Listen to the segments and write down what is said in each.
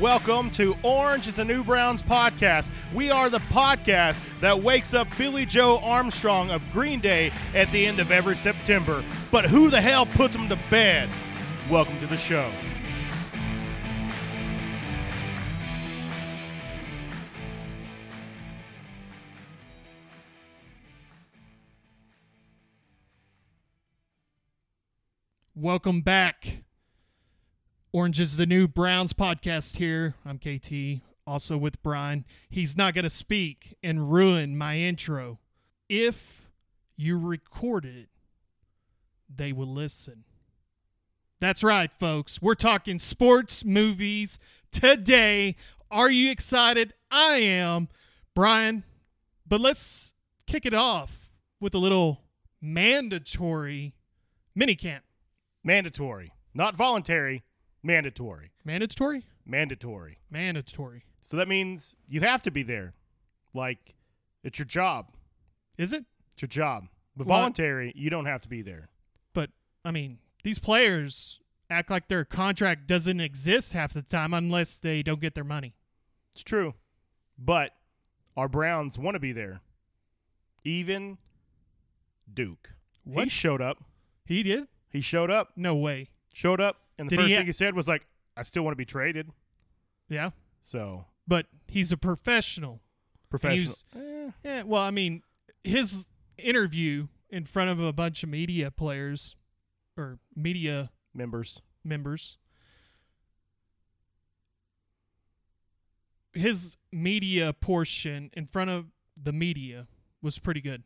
Welcome to Orange is the New Browns podcast. We are the podcast that wakes up Billy Joe Armstrong of Green Day at the end of every September. But who the hell puts him to bed? Welcome to the show. Welcome back. Orange is the new Browns podcast here. I'm KT, also with Brian. He's not going to speak and ruin my intro. If you record it, they will listen. That's right, folks. We're talking sports, movies today. Are you excited? I am, Brian. But let's kick it off with a little mandatory minicamp. Mandatory. Not voluntary, mandatory. Mandatory? Mandatory. Mandatory. So that means you have to be there. Like, it's your job. Is it? It's your job. But Well, I- voluntary, you don't have to be there. But I mean, these players act like their contract doesn't exist half the time unless they don't get their money. It's true. But our Browns want to be there. Even Duke. He What? showed up. He did? He showed up. No way. Showed up. And the Did first he ha- thing he said was like, I still want to be traded. Yeah. So But he's a professional. professional. eh, was- Yeah, well, I mean, his interview in front of a bunch of media players or media members. members. His media portion in front of the media was pretty good.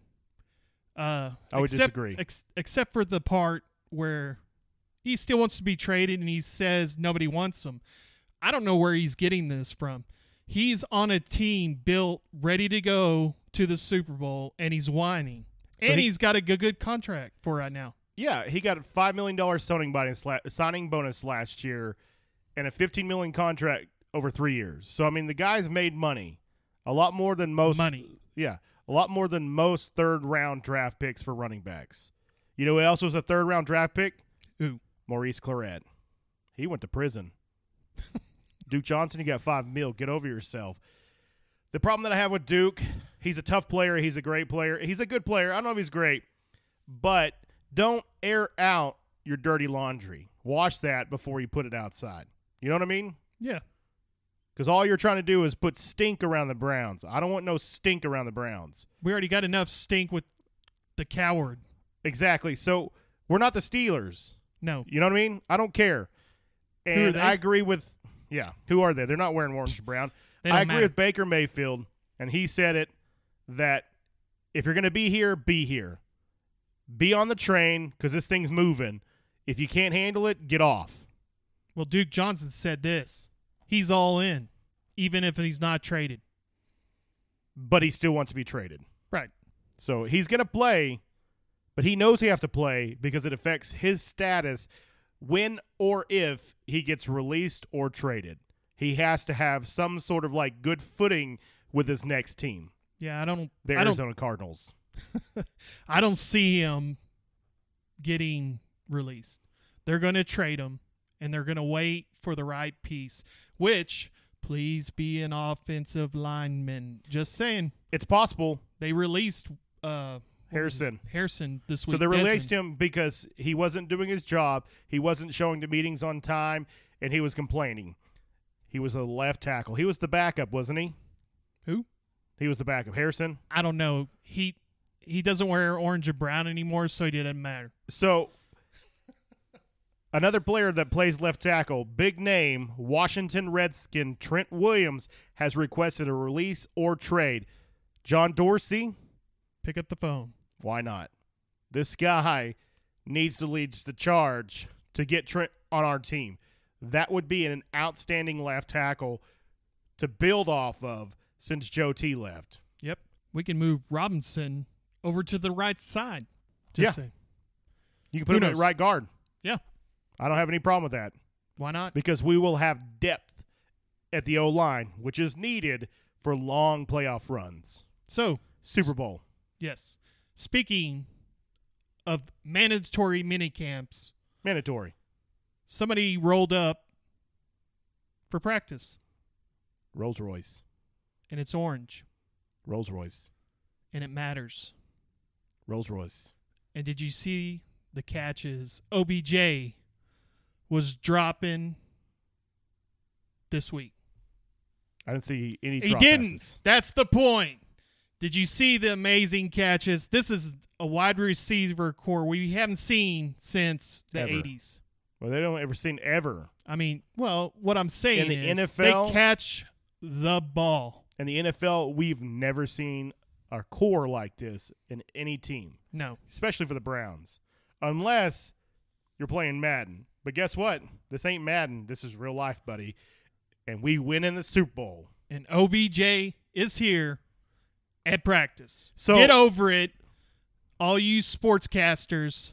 Uh, I would except, disagree. Ex- except for the part where he still wants to be traded and he says nobody wants him. I don't know where he's getting this from. He's on a team built, ready to go to the Super Bowl, and he's whining. So and he- he's got a good, good contract for right now. Yeah, he got a five million dollar signing bonus la- signing bonus last year, and a fifteen million contract over three years. So I mean, the guy's made money, a lot more than most Money. Yeah, a lot more than most third round draft picks for running backs. You know, who else was a third round draft pick? Who? Maurice Claret. He went to prison. Duke Johnson, you got five mil. Get over yourself. The problem that I have with Duke, he's a tough player. He's a great player. He's a good player. I don't know if he's great, but don't air out your dirty laundry. Wash that before you put it outside. You know what I mean? Yeah. Because all you're trying to do is put stink around the Browns. I don't want no stink around the Browns. We already got enough stink with the coward. Exactly. So we're not the Steelers. No. You know what I mean? I don't care. are And they? I agree with yeah. Who are they? They're not wearing orange and brown. They don't I agree matter. with Baker Mayfield, and he said it that if you're going to be here, be here, be on the train because this thing's moving. If you can't handle it, get off. Well, Duke Johnson said this. He's all in, even if he's not traded. But he still wants to be traded, Right. so he's going to play. But he knows he has to play because it affects his status when or if he gets released or traded. He has to have some sort of like good footing with his next team. Yeah, I don't the I don't Arizona Cardinals. I don't see him getting released. They're going to trade him and they're going to wait for the right piece, which please be an offensive lineman. Just saying, It's possible. they released uh what was his- Harrison. Harrison this week. So they Desmond. released him because he wasn't doing his job. He wasn't showing to meetings on time, and he was complaining. He was a left tackle. He was the backup, wasn't he? Who? He was the backup. Harrison. I don't know. He he doesn't wear orange and brown anymore, so it didn't matter. So another player that plays left tackle, big name, Washington Redskin Trent Williams has requested a release or trade. John Dorsey, Pick up the phone. Why not? This guy needs to lead the charge to get Trent on our team. That would be an outstanding left tackle to build off of since Joe T left. Yep. We can move Robinson over to the right side. Just Yeah. saying. You can put Who him at knows? right guard. Yeah. I don't have any problem with that Why not? because we will have depth at the O line, which is needed for long playoff runs. So, Super Bowl. yes. Speaking of mandatory mini camps, Mandatory. somebody rolled up for practice. Rolls Royce. and it's orange Rolls Royce. and it matters. Rolls Royce. And did you see the catches? OBJ was dropping this week. I didn't see any. He drop didn't. passes. That's the point. Did you see the amazing catches? This is a wide receiver core we haven't seen since the Ever. 80s. Well, they don't ever seen ever I mean, well, what I'm saying the is NFL? they catch the ball. in the NFL. We've never seen a core like this in any team, No. especially for the Browns, unless you're playing Madden. But guess what? This ain't Madden. This is real life, buddy. And we win in the Super Bowl. and OBJ is here at practice. So- get over it, all you sportscasters.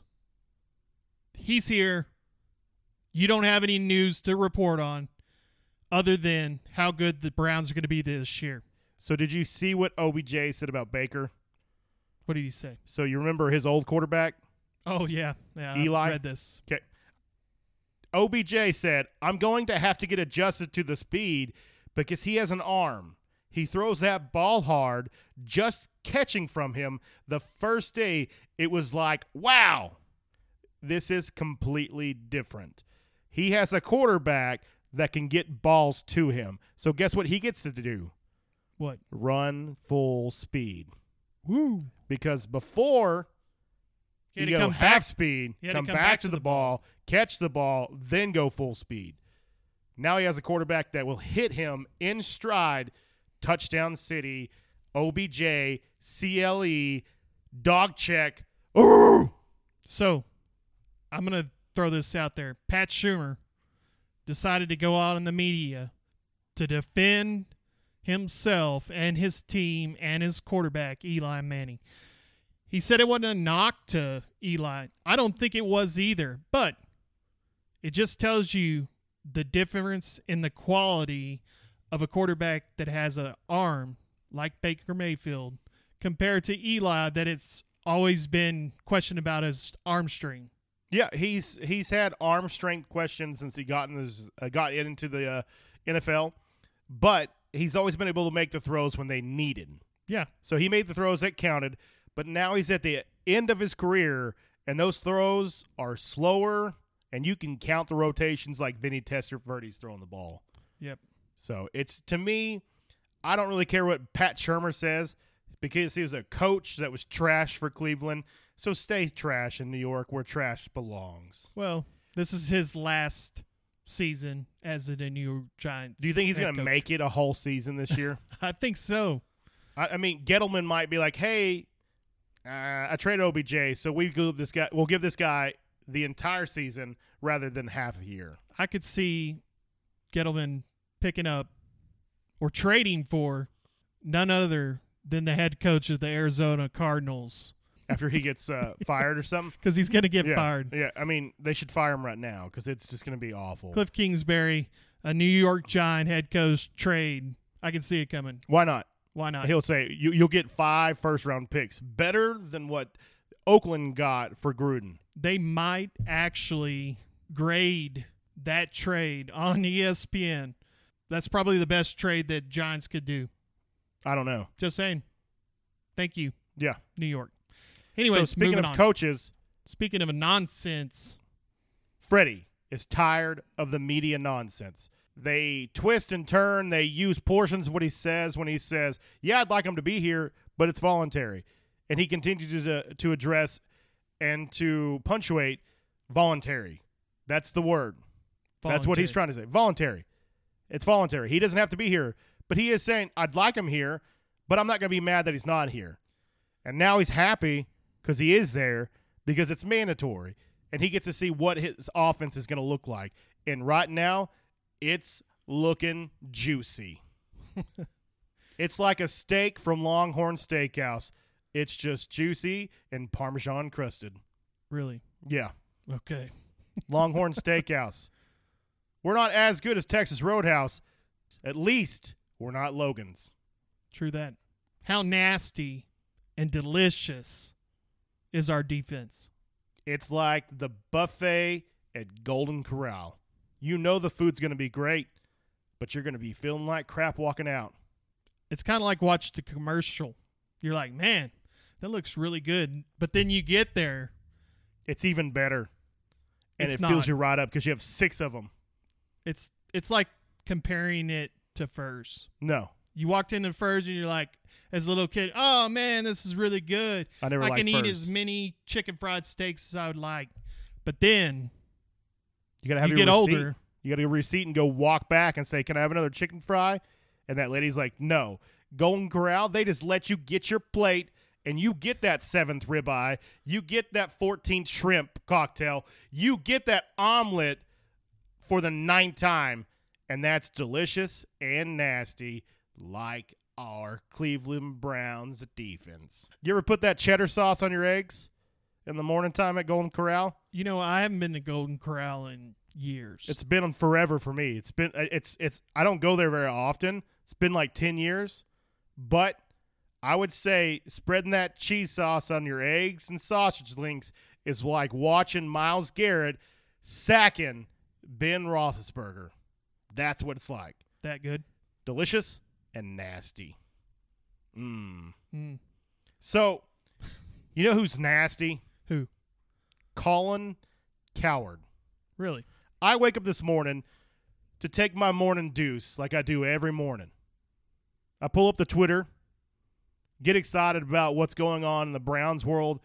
He's here. You don't have any news to report on, other than how good the Browns are going to be this year. So did you see what OBJ said about Baker? What did he say? So you remember his old quarterback? Oh yeah, yeah. I Eli? read this. Okay. OBJ said, I'm going to have to get adjusted to the speed because he has an arm. He throws that ball hard, just catching from him. The first day, it was like, wow, this is completely different. He has a quarterback that can get balls to him. So, guess what he gets to do? What? Run full speed. Woo! Because before He had you to go come half back. speed, He had to come, back, to the, ball, ball. catch the ball, then go full speed. Now he has a quarterback that will hit him in stride. Touchdown City, OBJ, CLE, E, dog check. Ooh! So, I'm going to throw this out there. Pat Schumer decided to go out in the media to defend himself and his team and his quarterback, Eli Manning. He said it wasn't a knock to Eli. I don't think it was either, but it just tells you the difference in the quality of a quarterback that has an arm like Baker Mayfield compared to Eli that it's always been questioned about his arm string. Yeah, he's he's had arm strength questions since he got in his, uh, got into the uh, NFL, but he's always been able to make the throws when they needed. Yeah. So he made the throws that counted, but now he's at the end of his career, and those throws are slower, and you can count the rotations like Vinny Testaverde throwing the ball. Yep. So it's to me, I don't really care what Pat Shermer says because he was a coach that was trash for Cleveland. So stay trash in New York where trash belongs. Well, this is his last season as the New York Giants. Do you think he's head going to coach. make it a whole season this year? I think so. I, I mean, Gettleman might be like, "Hey, uh, I trade OBJ, so we give this guy. We'll give this guy the entire season rather than half a year." I could see Gettleman picking up or trading for none other than the head coach of the Arizona Cardinals After he gets uh, fired or something, because he's going to get yeah, fired. Yeah, I mean, they should fire him right now because it's just going to be awful. Cliff Kingsbury, a New York Giant head coach trade. I can see it coming. Why not? Why not? He'll say you, you'll get five first round picks, better than what Oakland got for Gruden. they might actually grade that trade on E ESPN. That's probably the best trade that Giants could do. I don't know. Just saying. Thank you, Yeah. New York. Anyways, so speaking moving of on. coaches, speaking of nonsense, Freddie is tired of the media nonsense. They twist and turn. They use portions of what he says when he says, "Yeah, I'd like him to be here, but it's voluntary," and he continues to, to address and to punctuate voluntary. That's the word. That's what he's voluntary. trying to say. Voluntary. It's voluntary. He doesn't have to be here, but he is saying, "I'd like him here, but I'm not going to be mad that he's not here." And now he's happy because he is there because it's mandatory, and he gets to see what his offense is going to look like. And right now, it's looking juicy. it's like a steak from Longhorn Steakhouse. It's just juicy and parmesan crusted. Really? Yeah. Okay. Longhorn Steakhouse. We're not as good as Texas Roadhouse. At least we're not Logan's. True that. How nasty and delicious is our defense? It's like the buffet at Golden Corral. You know the food's going to be great, but you're going to be feeling like crap walking out. It's kind of like watch the commercial. You're like, man, that looks really good. But then you get there. It's even better. And It's it fills not. you right up because you have six of them. It's it's like comparing it to furs. No, You walked into Furs and you're like, as a little kid, oh man, this is really good. I never I liked can eat furs. as many chicken fried steaks as I would like. But then you got to have you your get receipt. older. You got to get a receipt and go walk back and say, "Can I have another chicken fry?" And that lady's like, "No." Golden Corral, they just let you get your plate and you get that seventh ribeye, you get that 14th shrimp cocktail, you get that omelet for the ninth time, and that's delicious and nasty, like our Cleveland Browns defense. You ever put that cheddar sauce on your eggs in the morning time at Golden Corral? You know, I haven't been to Golden Corral in years. It's been forever for me. It's been uh, it's it's I don't go there very often. It's been like 10 years. But I would say spreading that cheese sauce on your eggs and sausage links is like watching Miles Garrett sacking Ben Roethlisberger. That's what it's like. that good. Delicious and nasty. Mmm. Mm. So, you know who's nasty? Who? Colin Coward. Really? I wake up this morning to take my morning deuce like I do every morning. I pull up the Twitter, get excited about what's going on in the Browns world,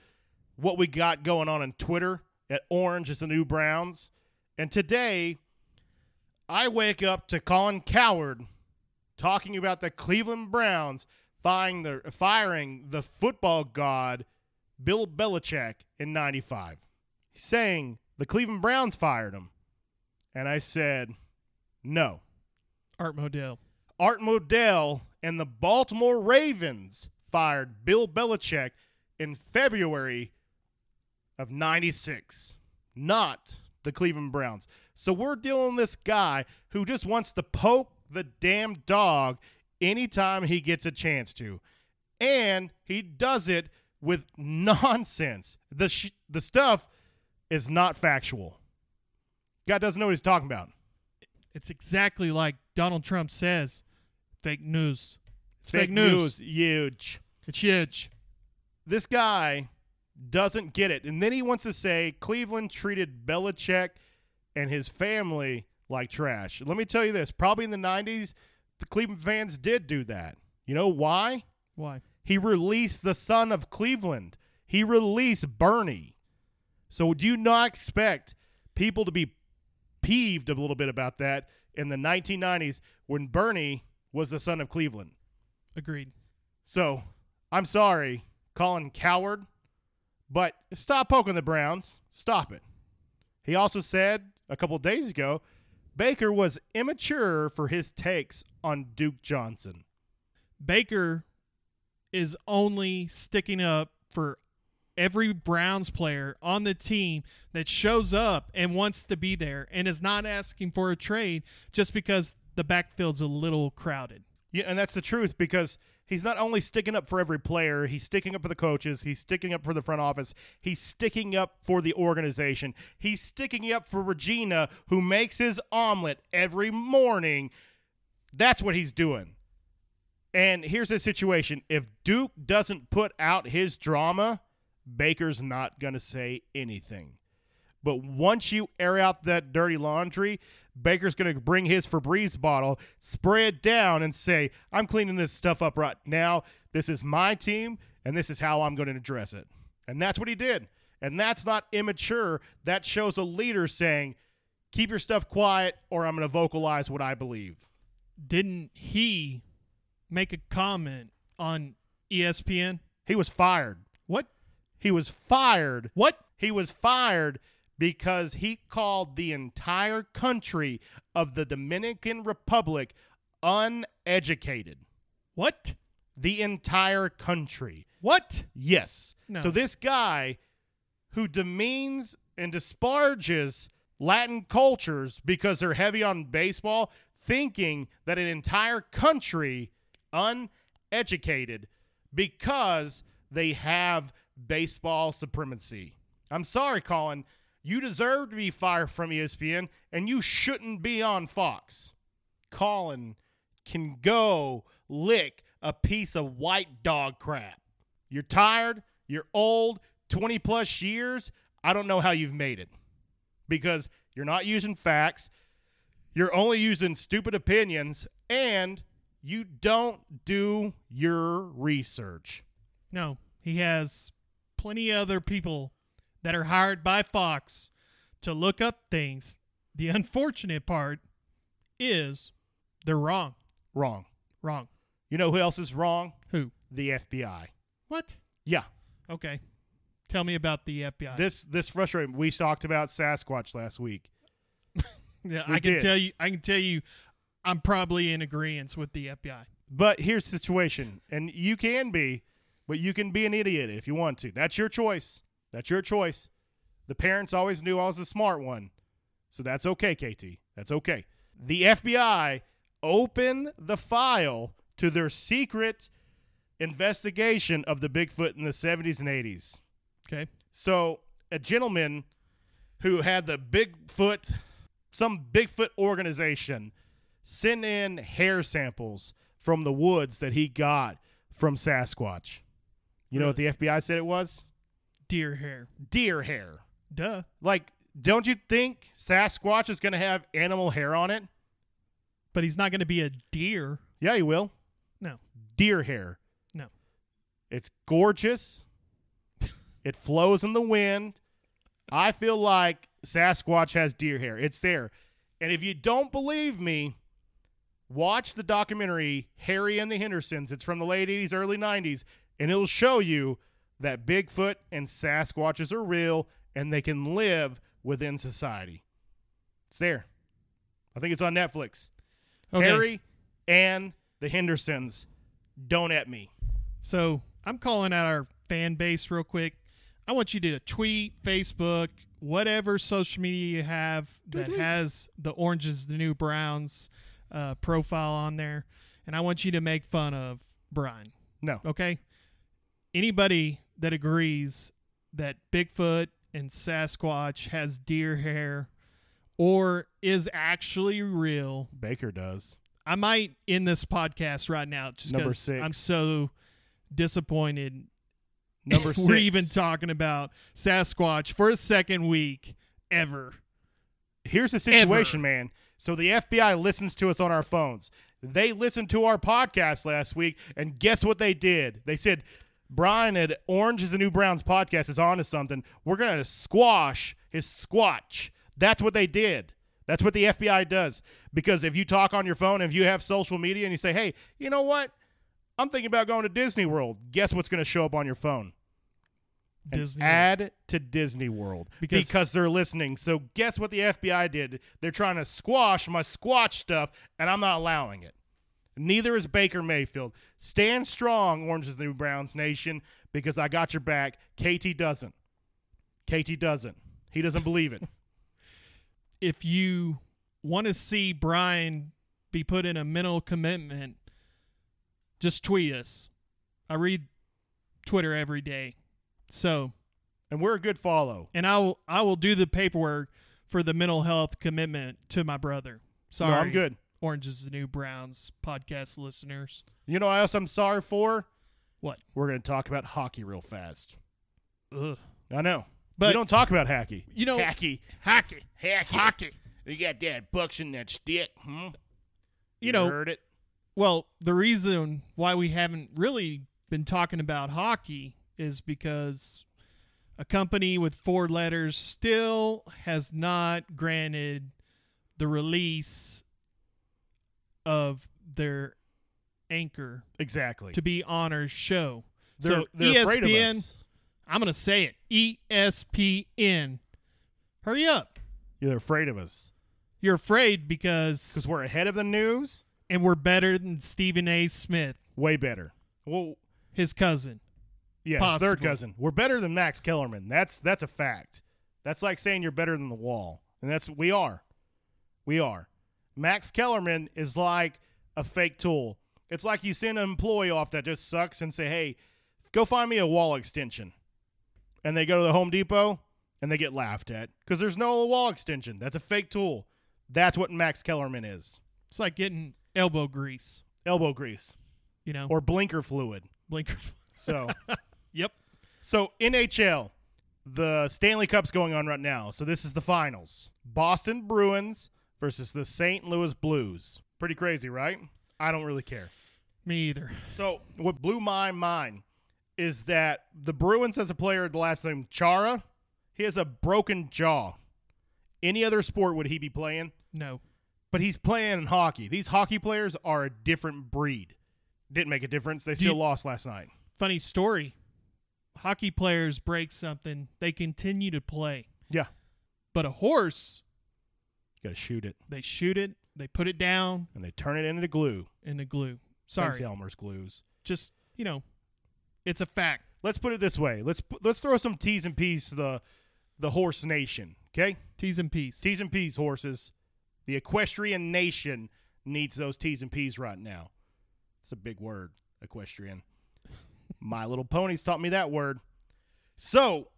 what we got going on in Twitter at Orange is the New Browns. And today, I wake up to Colin Coward talking about the Cleveland Browns firing the, firing the football god Bill Belichick in 95, saying the Cleveland Browns fired him. And I said, no. Art Modell. Art Modell and the Baltimore Ravens fired Bill Belichick in February of 96, not the Cleveland Browns. So we're dealing with this guy who just wants to poke the damn dog anytime he gets a chance to. And he does it with nonsense. The, sh- the stuff is not factual. Guy doesn't know what he's talking about. It's exactly like Donald Trump says fake news. It's fake, news, huge. It's huge. this guy doesn't get it. And then he wants to say Cleveland treated Belichick and his family like trash. Let me tell you this probably in the 90s, the Cleveland fans did do that. You know why? Why? He released the son of Cleveland, he released Bernie. So do you not expect people to be peeved a little bit about that in the 1990s when Bernie was the son of Cleveland? Agreed. So I'm sorry, Colin Coward, but stop poking the Browns. Stop it. He also said a couple days ago Baker was immature for his takes on Duke Johnson. Baker is only sticking up for every Browns player on the team that shows up and wants to be there and is not asking for a trade just because the backfield's a little crowded. Yeah, and that's the truth because he's not only sticking up for every player, he's sticking up for the coaches, he's sticking up for the front office, he's sticking up for the organization, he's sticking up for Regina, who makes his omelet every morning. That's what he's doing. And here's the situation if Duke doesn't put out his drama, Baker's not going to say anything. But once you air out that dirty laundry, Baker's going to bring his Febreze bottle, spray it down, and say, I'm cleaning this stuff up right now. This is my team, and this is how I'm going to address it. And that's what he did. And that's not immature. That shows a leader saying, keep your stuff quiet, or I'm going to vocalize what I believe. Didn't he make a comment on E ESPN? He was fired. What? He was fired What? He was fired because he called the entire country of the Dominican Republic uneducated. What? The entire country. What? Yes. No. So this guy who demeans and disparages Latin cultures because they're heavy on baseball, thinking that an entire country uneducated because they have baseball supremacy. I'm sorry, Colin. E You deserve to be fired from ESPN and you shouldn't be on Fox. Colin can go lick a piece of white dog crap. You're tired, you're old, 20 plus years. I don't know how you've made it because you're not using facts, you're only using stupid opinions, and you don't do your research. No, he has plenty of other people that are hired by Fox to look up things. The unfortunate part is they're wrong. Wrong. Wrong. You know who else is wrong? Who? The FBI. What? Yeah. Okay. Tell me about the FBI. This this frustrating. We talked about Sasquatch last week. yeah, we I can did. tell you I can tell you I'm probably in agreement with the FBI. But here's the situation, and you can be, but you can be an idiot if you want to. That's your choice. That's your choice. The parents always knew I was the smart one. So that's okay, KT. That's okay. The FBI opened the file to their secret investigation of the Bigfoot in the 70s and 80s. Okay. So a gentleman who had the Bigfoot, some Bigfoot organization, sent in hair samples from the woods that he got from Sasquatch. You know what the FBI said it was? Deer hair. Deer hair. Duh. Like, don't you think Sasquatch is going to have animal hair on it? But he's not going to be a deer. Yeah, he will. No. Deer hair. No. It's gorgeous. it flows in the wind. I feel like Sasquatch has deer hair. It's there. And if you don't believe me, watch the documentary Harry and the Hendersons. It's from the late 80s, early 90s, and it'll show you that Bigfoot and Sasquatches are real and they can live within society. It's there. I think it's on Netflix. Okay. Harry and the Hendersons. Don't at me. So I'm calling out our fan base real quick. I want you to tweet, Facebook, whatever social media you have that Mm-hmm. has the Orange is the New Browns uh, profile on there. And I want you to make fun of Brian. No. Okay. Anybody that agrees that Bigfoot and Sasquatch has deer hair or is actually real, Baker does. I might end this podcast right now just Number because six. I'm so disappointed. Number six. We're even talking about Sasquatch for a second week ever. Here's the situation, Ever. man. So the FBI listens to us on our phones. They listened to our podcast last week, and guess what they did? They said, Brian at Orange is the New Browns podcast is on to something. We're going to squash his squatch. That's what they did. That's what the FBI does. Because if you talk on your phone, if you have social media and you say, hey, you know what? I'm thinking about going to Disney World. Guess what's going to show up on your phone? an Disney. ad to Disney World because, Because- they're listening. So guess what the FBI did? They're trying to squash my squash stuff, and I'm not allowing it. Neither is Baker Mayfield. Stand strong, Orange is the New Browns Nation, because I got your back. KT doesn't. KT doesn't. He doesn't believe it. if you want to see Brian be put in a mental commitment, just tweet us. I read Twitter every day. So, and we're a good follow. and I will I will do the paperwork for the mental health commitment to my brother. Sorry. No, I'm good. Orange is the New Browns podcast listeners. You know what else I'm sorry for? What? We're going to talk about hockey real fast. Ugh. I know. But But- we don't talk about hockey. You know- Hacky. Hockey. Hacky. Hockey. You got that bucks in that stick, hmm? You know, heard it. well, the reason why we haven't really been talking about hockey is because a company with four letters still has not granted the release of their anchor Exactly. to E be on our show. they're so they're ESPN, afraid of us. I'm going to say it. E ESPN. Hurry up. Yeah, they're afraid of us You're afraid because because we're ahead of the news. and we're better than Stephen A. Smith, Way better. Well, his cousin. yeah, his Possible. third cousin. We're better than Max Kellerman. That's that's a fact. That's like saying you're better than the wall, and that's we are. We are. Max Kellerman is like a fake tool. It's like you send an employee off that just sucks and say, "Hey, go find me a wall extension," and they go to the Home Depot and they get laughed at because there's no wall extension. That's a fake tool. That's what Max Kellerman is. It's like getting elbow grease, elbow grease you know, or blinker fluid. blinker. So, yep. so NHL, the Stanley Cup's going on right now. So this is the finals: Boston Bruins versus the St. Louis Blues. Pretty crazy, right? I don't really care. Me either. So what blew my mind is that the Bruins has a player, the last name Chara, he has a broken jaw. Any other sport would he be playing? No. But he's playing in hockey. These hockey players are a different breed. Didn't make a difference. They Do you- still lost last night. Funny story. Hockey players break something, they continue to play. Yeah. But a horse, Got to shoot it, they shoot it, they put it down and they turn it into glue. in the glue. Thanks, Sorry. Elmer's glues. Just, you know, it's a fact. Let's put it this way. Let's pu- let's throw some T's and P's to the the horse nation. Okay, T's and P's. T's and P's horses. The equestrian nation needs those T's and P's right now. It's a big word, equestrian. My Little Ponies taught me that word. So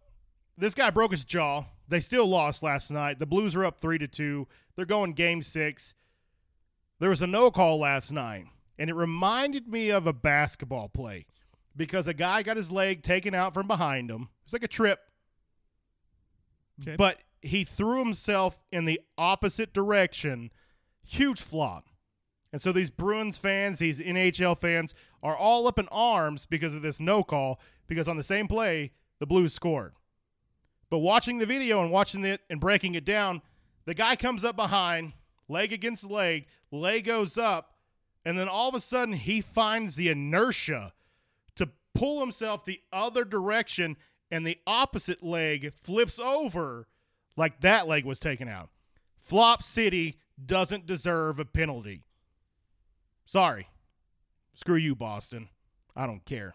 this guy broke his jaw. They still lost last night. The Blues are up three to two. They're going game six. There was a no call last night, and it reminded me of a basketball play because a guy got his leg taken out from behind him. It's like a trip, Okay. but he threw himself in the opposite direction. Huge flop. And so these Bruins fans, these NHL fans, are all up in arms because of this no call, because on the same play, the Blues scored. But watching the video and watching it and breaking it down, the guy comes up behind, leg against leg, leg goes up, and then all of a sudden he finds the inertia to pull himself the other direction, and the opposite leg flips over like that leg was taken out. Flop City doesn't deserve a penalty. Sorry. Screw you, Boston. I don't care.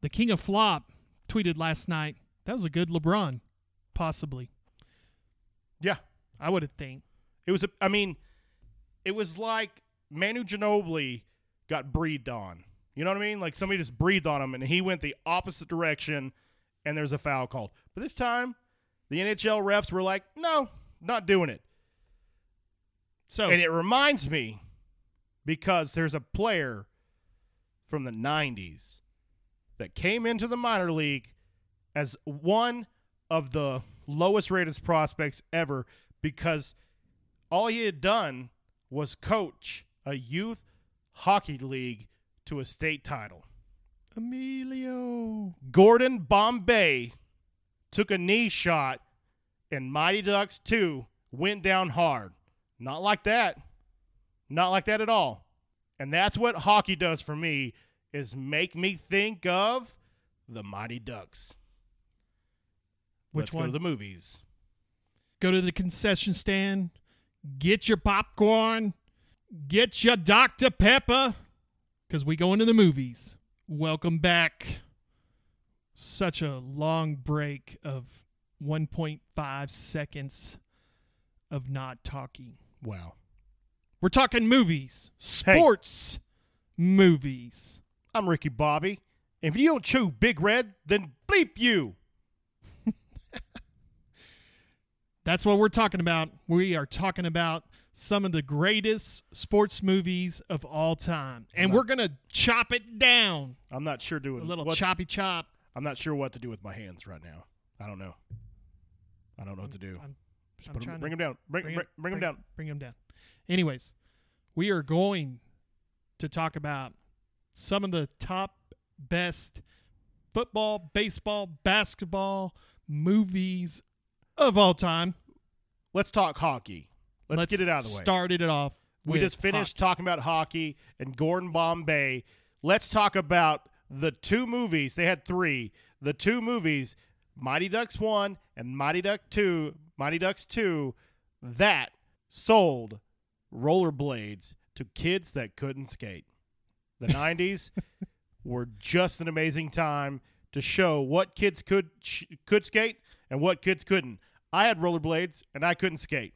The King of Flop tweeted last night, that was a good LeBron, possibly. Yeah. I would have think. It was, a, I mean, it was like Manu Ginobili got breathed on. You know what I mean? Like somebody just breathed on him and he went the opposite direction and there's a foul called. But this time, the NHL refs were like, no, not doing it. So And it reminds me because there's a player from the 90s that came into the minor league as one of the lowest rated prospects ever because all he had done was coach a youth hockey league to a state title. Emilio. Gordon Bombay took a knee shot, and Mighty Ducks 2 went down hard. Not like that. Not like that at all. And that's what hockey does for me is make me think of the Mighty Ducks. Which Let's one? go to the movies. go to the concession stand, get your popcorn, get your Dr. Pepper, because we go into the movies. Welcome back. Such a long break of 1.5 seconds of not talking. Wow. We're talking movies, sports movies. I'm Ricky Bobby. If you don't chew Big Red, then bleep you. That's what we're talking about. We are talking about some of the greatest sports movies of all time. And we're going to chop it down. I'm not sure doing A little what, choppy chop. I'm not sure what to do with my hands right now. I don't know. I don't know what to do. I'm, Just I'm put 'em- trying to bring him down. Bring, bring, it- bring, him down. Bring him down. Anyways, we are going to talk about some of the top best football, baseball, basketball movies of all time. Let's talk hockey. Let's, get it out of the way. Started it off. We with just finished hockey. talking about hockey and Gordon Bombay. Let's talk about the two movies. They had three. The two movies, Mighty Ducks 1 and Mighty Duck 2, Mighty Ducks 2, that sold rollerblades to kids that couldn't skate. The 90s were just an amazing time to show what kids could sh- could skate and what kids couldn't. I had rollerblades and I couldn't skate.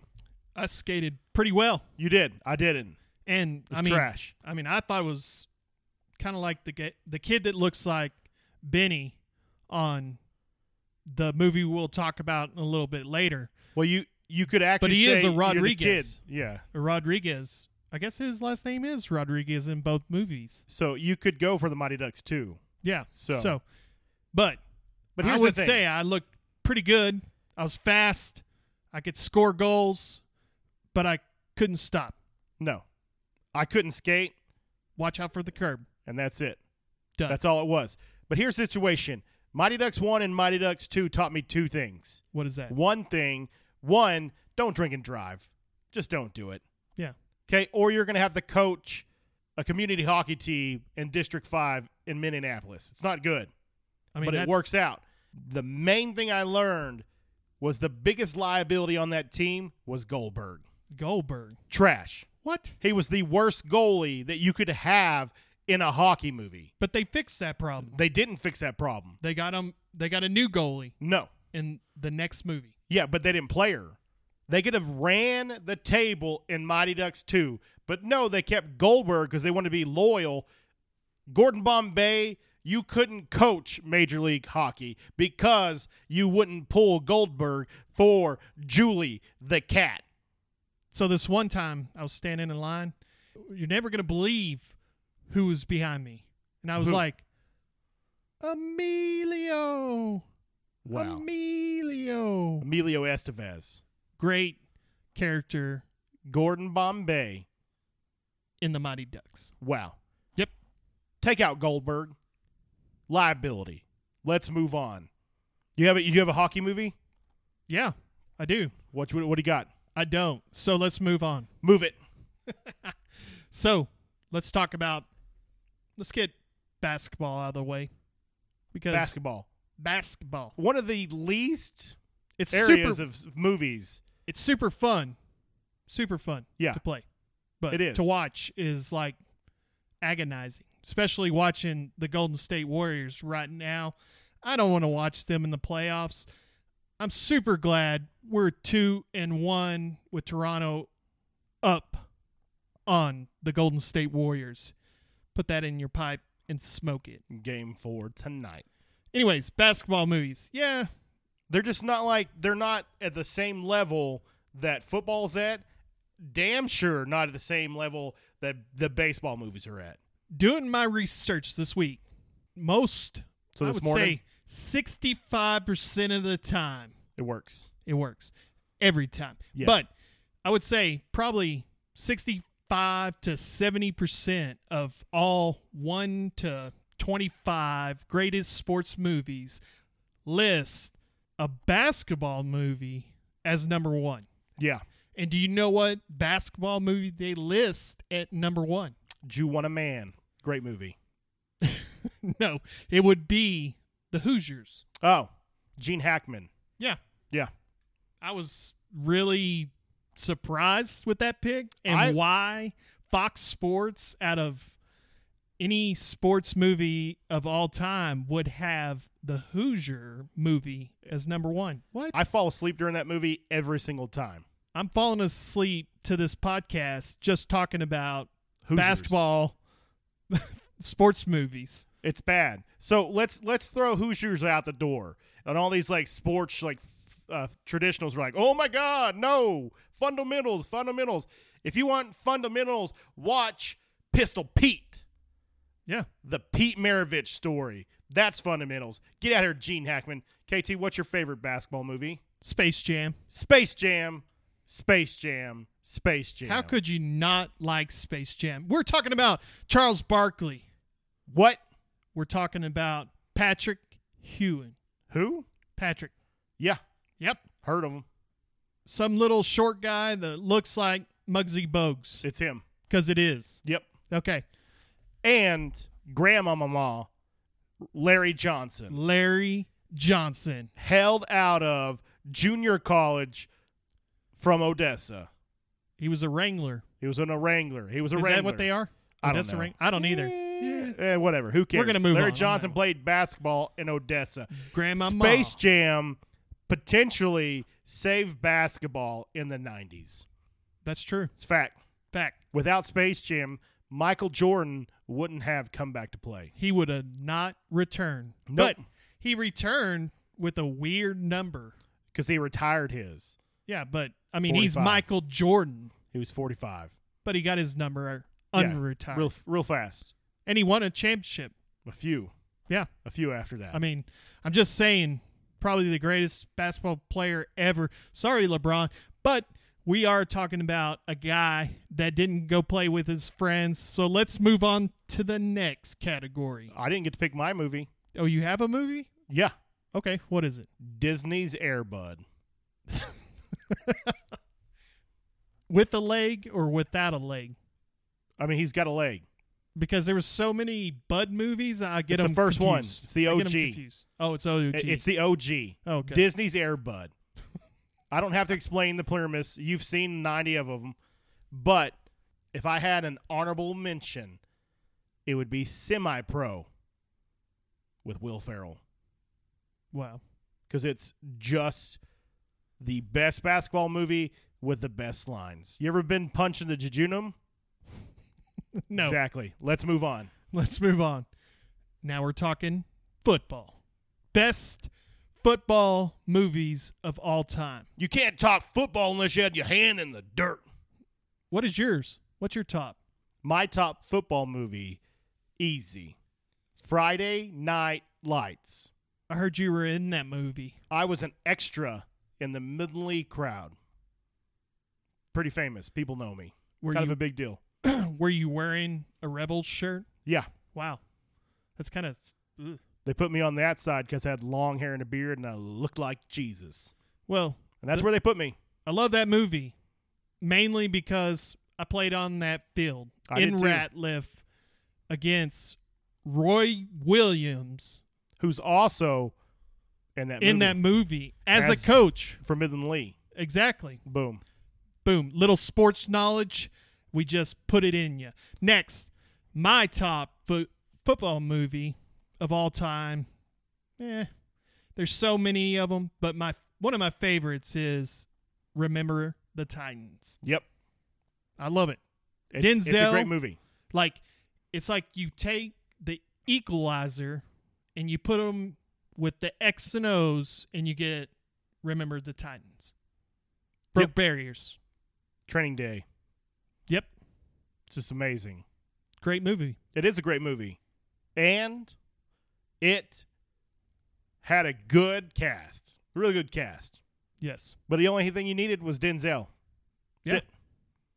Us skated pretty well, You did. I didn't. and It's I mean, trash. I mean, I thought it was kind of like the ga- the kid that looks like Benny on the movie we'll talk about a little bit later. Well, you you could actually. he say is a you're the Rodriguez. kid. Yeah. Rodriguez. I guess his last name is Rodriguez in both movies. So you could go for the Mighty Ducks too. Yeah. So. so but But I here's would the thing. say I looked pretty good. I was fast. I could score goals, but I couldn't stop. no, I couldn't skate, Watch out for the curb. and that's it. Done. That's all it was. But here's the situation. Mighty Ducks one and Mighty Ducks two taught me two things. what is that? One thing, one, don't drink and drive. Just don't do it. Yeah. Okay, or you're going to have to coach a community hockey team in District 5 in Minneapolis. It's not good, I mean, but it that's- works out. The main thing I learned was the biggest liability on that team was Goldberg. Goldberg. Trash. What? He was the worst goalie that you could have in a hockey movie. But they fixed that problem. They didn't fix that problem. They got him. They got a new goalie No. in the next movie. Yeah, but they didn't play her. They could have ran the table in Mighty Ducks 2, but no, they kept Goldberg because they wanted to be loyal. Gordon Bombay, you couldn't coach Major League Hockey because you wouldn't pull Goldberg for Julie the Cat. So this one time, I was standing in line. You're never gonna believe who was behind me, and I was Who? like, Emilio. Wow. Emilio. Emilio Estevez, Great character Gordon Bombay. in the Mighty Ducks. Wow. Yep. Take out Goldberg. Liability. Let's move on. You have a, you have a hockey movie? Yeah, I do. What you- what do you got? I don't. So let's move on. Move it. So let's talk about. Let's get basketball out of the way because Basketball. basketball. one of the least It's areas super. of s- movies. it's super fun. Super fun. Yeah. To play, but It is. to watch is like agonizing, especially watching the Golden State Warriors right now. I don't want to watch them in the playoffs. I'm super glad we're two and one with Toronto up on the Golden State Warriors. Put that in your pipe and smoke it. Game four tonight. Anyways, basketball movies. Yeah, They're just not like they're not at the same level that football's at. Damn sure not at the same level that the baseball movies are at. doing my research this week, most So I this would morning- say sixty-five percent of the time It works. it works every time. Yeah. But I would say probably sixty-five to seventy percent of all one to twenty-five greatest sports movies list a basketball movie as number one. Yeah. And do you know what basketball movie they list at number one? Jew want a man. Great movie. no, it would be the Hoosiers. Oh, Gene Hackman. Yeah, Yeah. I was really surprised with that pick and I- why Fox Sports, out of any sports movie of all time, would have the Hoosier movie as number one. What? I fall asleep during that movie every single time. I'm falling asleep to this podcast just talking about Hoosiers. basketball, sports movies. It's bad. So let's let's throw Hoosiers out the door and all these like sports like f- uh, traditionals are like, oh my god, no fundamentals, fundamentals. If you want fundamentals, watch Pistol Pete, Yeah. the Pete Maravich story. That's fundamentals. Get out here, Gene Hackman. KT, what's your favorite basketball movie? Space Jam. Space Jam, Space Jam, Space Jam. How could you not like Space Jam? We're talking about Charles Barkley. what? We're talking about Patrick Hewen. Who? Patrick. Yeah, Yep. heard of him. Some little short guy that looks like Muggsy Bogues It's him. because it is. Yep. Okay. and grandma mama Larry Johnson Larry Johnson. held out of junior college from Odessa. He was a Wrangler. He was in a Wrangler. He was a Is Wrangler. that what they are? I don't Odessa know. Wrang- I don't either. Eh, eh, whatever. Who cares? gonna move Larry on. Johnson played basketball in Odessa. Grandma Ma. Space Jam potentially saved basketball in the 90s. That's true. It's fact. Fact. Without Space Jam, Michael Jordan wouldn't have come back to play. He would have not returned. Nope. But he returned with a weird number. because he retired his. Yeah, but I mean, he's 45. Michael Jordan, He was 45. but he got his number er, Yeah, unretired, Real, real fast. and he won a championship. A few. Yeah. A few after that. I mean, I'm just saying, probably the greatest basketball player ever. Sorry, LeBron, but we are talking about a guy that didn't go play with his friends. So let's move on to the next category. I didn't get to pick my movie. Oh, you have a movie? Yeah. Okay, what is it? Disney's Airbud. With a leg or without a leg? I mean, he's got a leg. Because there was so many Bud movies, I get It's the them first one. confused. It's the I get 'em OG. confused. Oh, it's OG. I- It's the OG. okay. Disney's Airbud. I don't have to explain the plurimus. You've seen 90 of them. But if I had an honorable mention, it would be semi pro with Will Ferrell wow. because it's just the best basketball movie with the best lines. You ever been punched in the jejunum? No. Exactly. Let's move on. Let's move on. Now we're talking football. Best football movies of all time. You can't talk football unless you had your hand in the dirt. What is yours? What's your top? My top football movie, easy. Friday Night Lights. I heard you were in that movie. I was an extra in the Midland crowd. Pretty famous. People know me. Were kind you of a big deal. were you wearing a rebel shirt? Yeah. Wow. That's kind of They put me on that side because I had long hair and a beard and I looked like Jesus. well, And that's where they put me. I love that movie mainly because I played on that field I in did too. Ratliff against Roy Williams Who's also in that in movie that movie as a As- coach. for Midland Lee. Exactly. Boom. Boom. Little sports knowledge. We just put it in you. Next, my top fo- football movie of all time. Eh, there's so many of them, but my one of my favorites is Remember the Titans. Yep. I love it. It's, it's a Denzel- great movie. Like it's like you take the Equalizer and you put them with the X and O's, and you get Remember the Titans. Broke Yep. barriers. Training Day. Yep. It's just amazing. Great movie. It is a great movie. And it had a good cast. Really good cast. Yes. But the only thing you needed was Denzel. Yeah. That's it.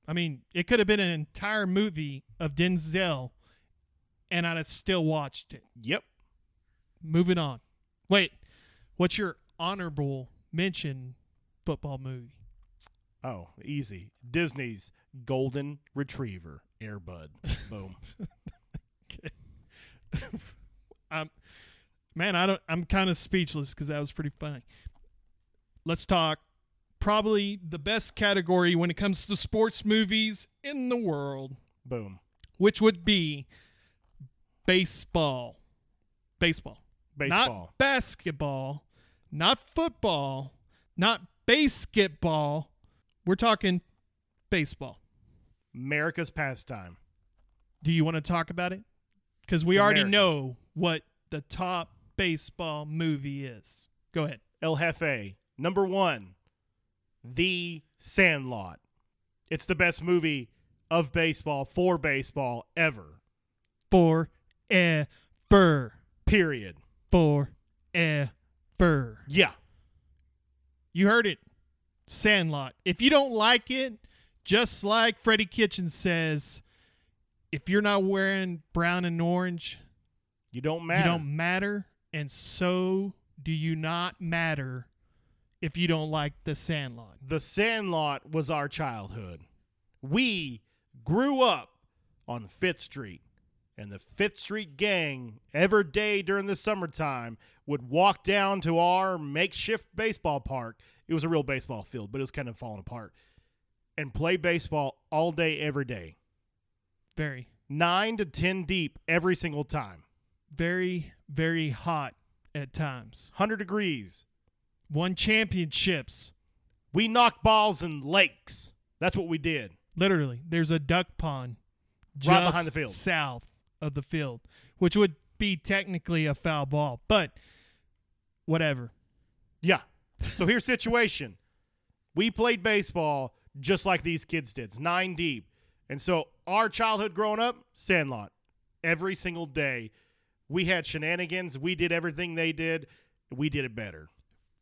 I mean, it could have been an entire movie of Denzel, and I'd have still watched it. Yep. Moving on. Wait, what's your honorable mention football movie? Oh, easy. Disney's Golden Retriever Airbud. Boom. Um, man, I don't. I'm kind of speechless because that was pretty funny. Let's talk. Probably the best category when it comes to sports movies in the world, Boom. which would be baseball. Baseball. Baseball. Not basketball, not football, not basketball. We're talking baseball. America's pastime. Do you want to talk about it? Because we It's already America. know what the top baseball movie is. Go ahead. El Jefe. Number one, The Sandlot. It's the best movie of baseball for baseball ever. Forever. Period. Forever. Yeah. You heard it. Sandlot. If you don't like it, just like Freddie Kitchen says, if you're not wearing brown and orange, You don't matter. You don't matter, and so do you not matter if you don't like the Sandlot. the Sandlot was our childhood. We grew up on Fifth Street, and the Fifth Street gang every day during the summertime would walk down to our makeshift baseball park. It was a real baseball field, but it was kind of falling apart, and play baseball all day, every day, Very, nine to ten deep every single time, very, very hot at times. hundred degrees. Won championships. We knocked balls in lakes. That's what we did. Literally, there's a duck pond just Right behind the field. south of the field, which would be technically a foul ball, but whatever. Yeah. So here's situation. We played baseball just like these kids did, it's nine deep. And so our childhood growing up, Sandlot, every single day. We had shenanigans. We did everything they did. We did it better.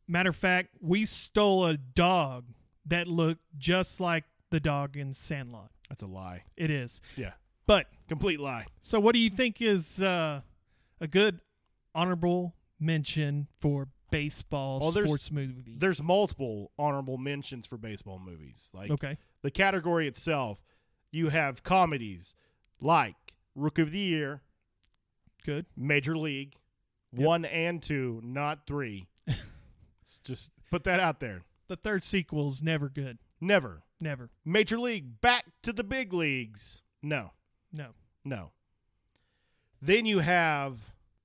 Matter of fact, we stole a dog that looked just like the dog in Sandlot. That's a lie. It is. Yeah. But Complete lie. so, what do you think is uh, a good honorable mention for baseball Oh, there's- sports movie? There's multiple honorable mentions for baseball movies. Like okay. the category itself, you have comedies like Rook of the Year, Good. Major League, Yep. one and two, not three. It's just put that out there. The third sequel's never good. Never. Never. Major League, back to the big leagues. No. No. No. Then you have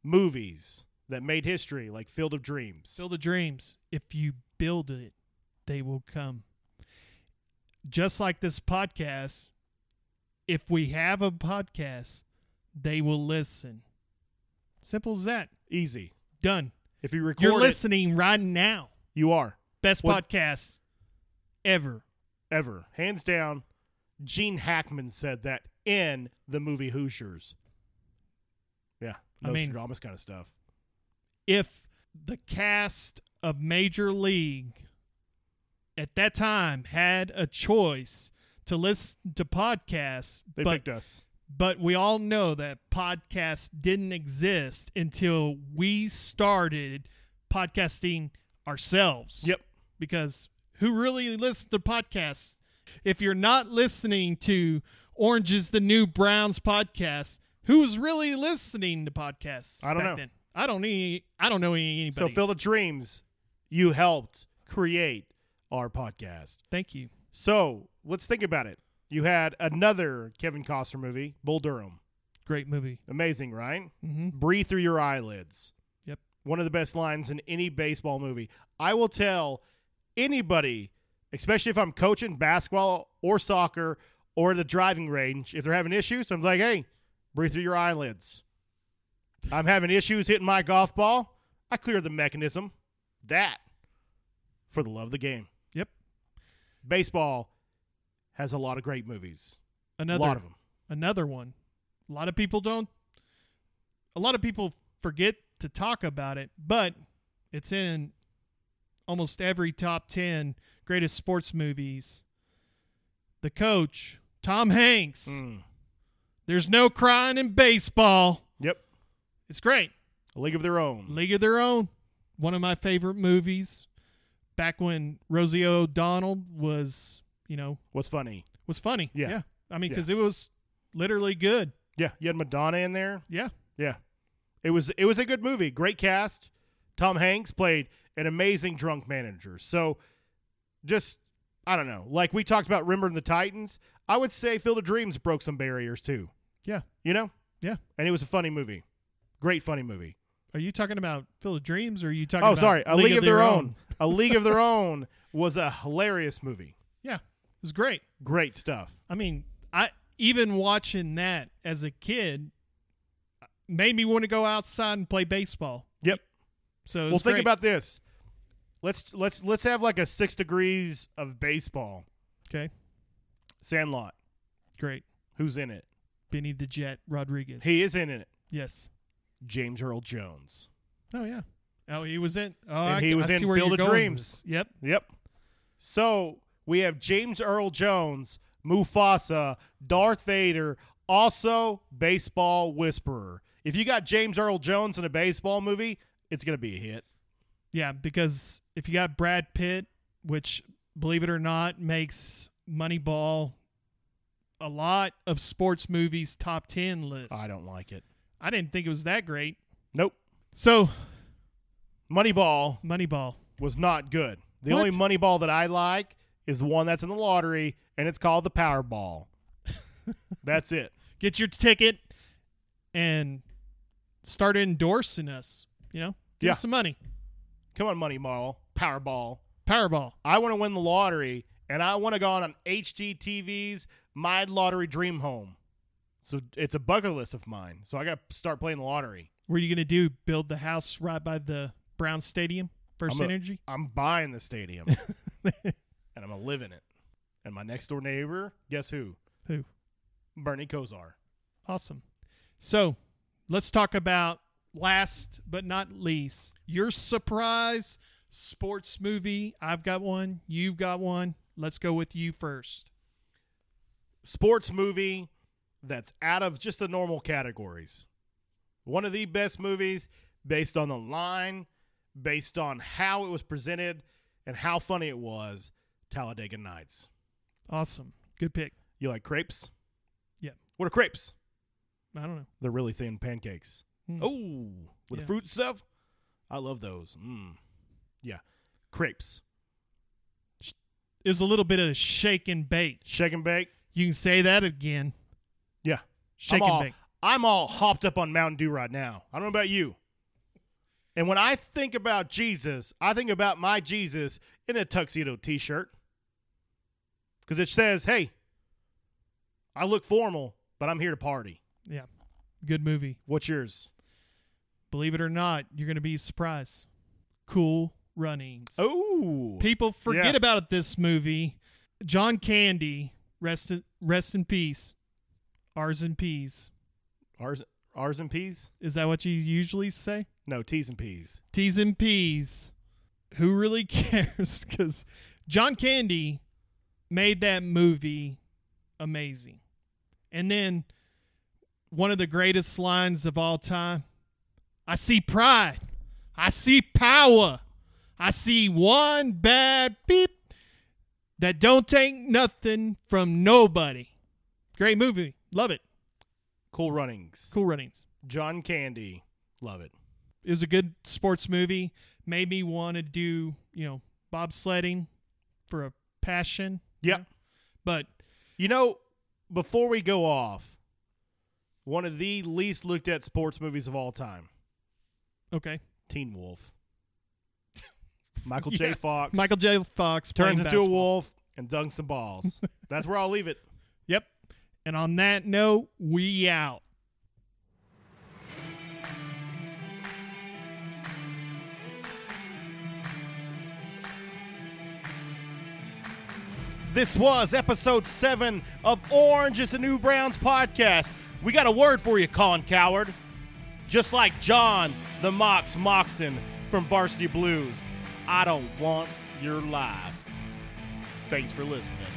movies that made history, like Field of Dreams. Build the dreams. If you build it, they will come. Just like this podcast, if we have a podcast, they will listen. Simple as that. Easy. Done. If you record You're it, listening right now. you are Best What- podcast ever. ever, hands down. Gene Hackman said that in the movie Hoosiers. Yeah, I mean- Nostradamus kind of stuff. If the cast of Major League at that time had a choice to listen to podcasts, They but picked us. But we all know that podcasts didn't exist until we started podcasting ourselves. Yep. Because who really listens to podcasts? If you're not listening to Orange is the New Browns podcast, who's really listening to podcasts? I don't back know. Then? I don't any. I don't know any, So anybody. Field of Dreams, you helped create our podcast. thank you. So let's think about it. You had another Kevin Costner movie, Bull Durham. Great movie. Amazing, right? Mm-hmm. breathe through your eyelids. Yep. One of the best lines in any baseball movie. I will tell anybody, especially if I'm coaching basketball or soccer or at the driving range, if they're having issues, I'm like, hey, breathe through your eyelids. I'm having issues hitting my golf ball. I clear the mechanism. That for the love of the game. Yep. Baseball has a lot of great movies. Another a lot of them. another one. A lot of people don't. A lot of people forget to talk about it, but it's in almost every top 10 greatest sports movies. The coach, Tom Hanks. Mm. There's no crying in baseball. Yep. It's great. A League of Their Own. League of Their Own, one of my favorite movies. Back when Rosie O'Donnell was, you know, What's funny? was funny. Yeah. I mean, Yeah. because it was literally good. Yeah, you had Madonna in there. Yeah. Yeah. It was it was a good movie. Great cast. Tom Hanks played an amazing drunk manager. So just I don't know. Like we talked about Remember the Titans, I would say Field of Dreams broke some barriers too. Yeah. You know? Yeah. And it was a funny movie. Great funny movie. Are you talking about Field of Dreams or are you talking Oh, about sorry. A League, of Their, own. a League of Their Own was a hilarious movie. Yeah. It was great. Great stuff. I mean, I even watching that as a kid made me want to go outside and play baseball. Yep. So it well, was think great. about this. Let's let's let's have like a 6 degrees of baseball. Okay. Sandlot. Great. Who's in it? Benny the Jet Rodriguez. He is in it. Yes. James Earl Jones. Oh yeah. Oh, he was in. Oh, And I, he I was see in where Field you're of going with Dreams. this. Yep. Yep. So we have James Earl Jones, Mufasa, Darth Vader, also baseball whisperer. If you got James Earl Jones in a baseball movie, it's gonna be a hit. Yeah, because if you got Brad Pitt, which believe it or not makes Moneyball a lot of sports movies top 10 list. I don't like it. I didn't think it was that great. Nope. So, Moneyball Moneyball. was not good. The What? only Moneyball that I like is the one that's in the lottery, and it's called the Powerball. that's it. Get your ticket and start endorsing us. You know, give Yeah. us some money. Come on, Moneyball, Powerball. Powerball. I want to win the lottery, and I want to go on an HGTV's My Lottery Dream Home. So it's a bucket list of mine. So I got to start playing the lottery. What are you going to do? Build the house right by the Brown Stadium? First I'm a- Energy? I'm buying the stadium. and I'm gonna live in it. And my next door neighbor, guess who? Who? Bernie Kosar. Awesome. So let's talk about last but not least your surprise sports movie. I've got one. You've got one. Let's go with you first. Sports movie that's out of just the normal categories. One of the best movies based on the line, based on how it was presented, and how funny it was. Talladega Nights. Awesome. Good pick. You like crepes? Yeah. What are crepes? I don't know. They're really thin pancakes. Hmm. Oh, with Yeah. the fruit stuff. I love those. Mm. Yeah, crepes. It was a little bit of a shake and bake. Shake and bake. You can say that again. Yeah. Shake I'm and all, bake. I'm all hopped up on Mountain Dew right now. I don't know about you. And when I think about Jesus, I think about my Jesus in a tuxedo t shirt. Because it says, hey, I look formal, but I'm here to party. Yeah. Good movie. What's yours? Believe it or not, you're going to be surprised. Cool runnings. Oh. People forget Yeah. about this movie. John Candy, rest in, rest in peace. R's and P's. R's, R's and P's? Is that what you usually say? No, T's and P's. T's and P's. Who really cares? Because John Candy made that movie amazing. And then one of the greatest lines of all time I see pride. I see power. I see one bad beep that don't take nothing from nobody. Great movie. Love it. Cool Runnings. Cool runnings. John Candy. Love it. it was a good sports movie. Made me want to do, you know, bobsledding for a passion. Yep. But You know, before we go off, one of the least looked at sports movies of all time okay. Teen Wolf. Michael Yeah. J. Fox Michael J. Fox playing turns into a basketball. wolf and dunks some balls. That's where I'll leave it. Yep. And on that note, we out. This was episode seven of Orange is the New Browns podcast. We got a word for you, Colin Coward. Just like John the Mox Moxon from Varsity Blues, I don't want your life. Thanks for listening.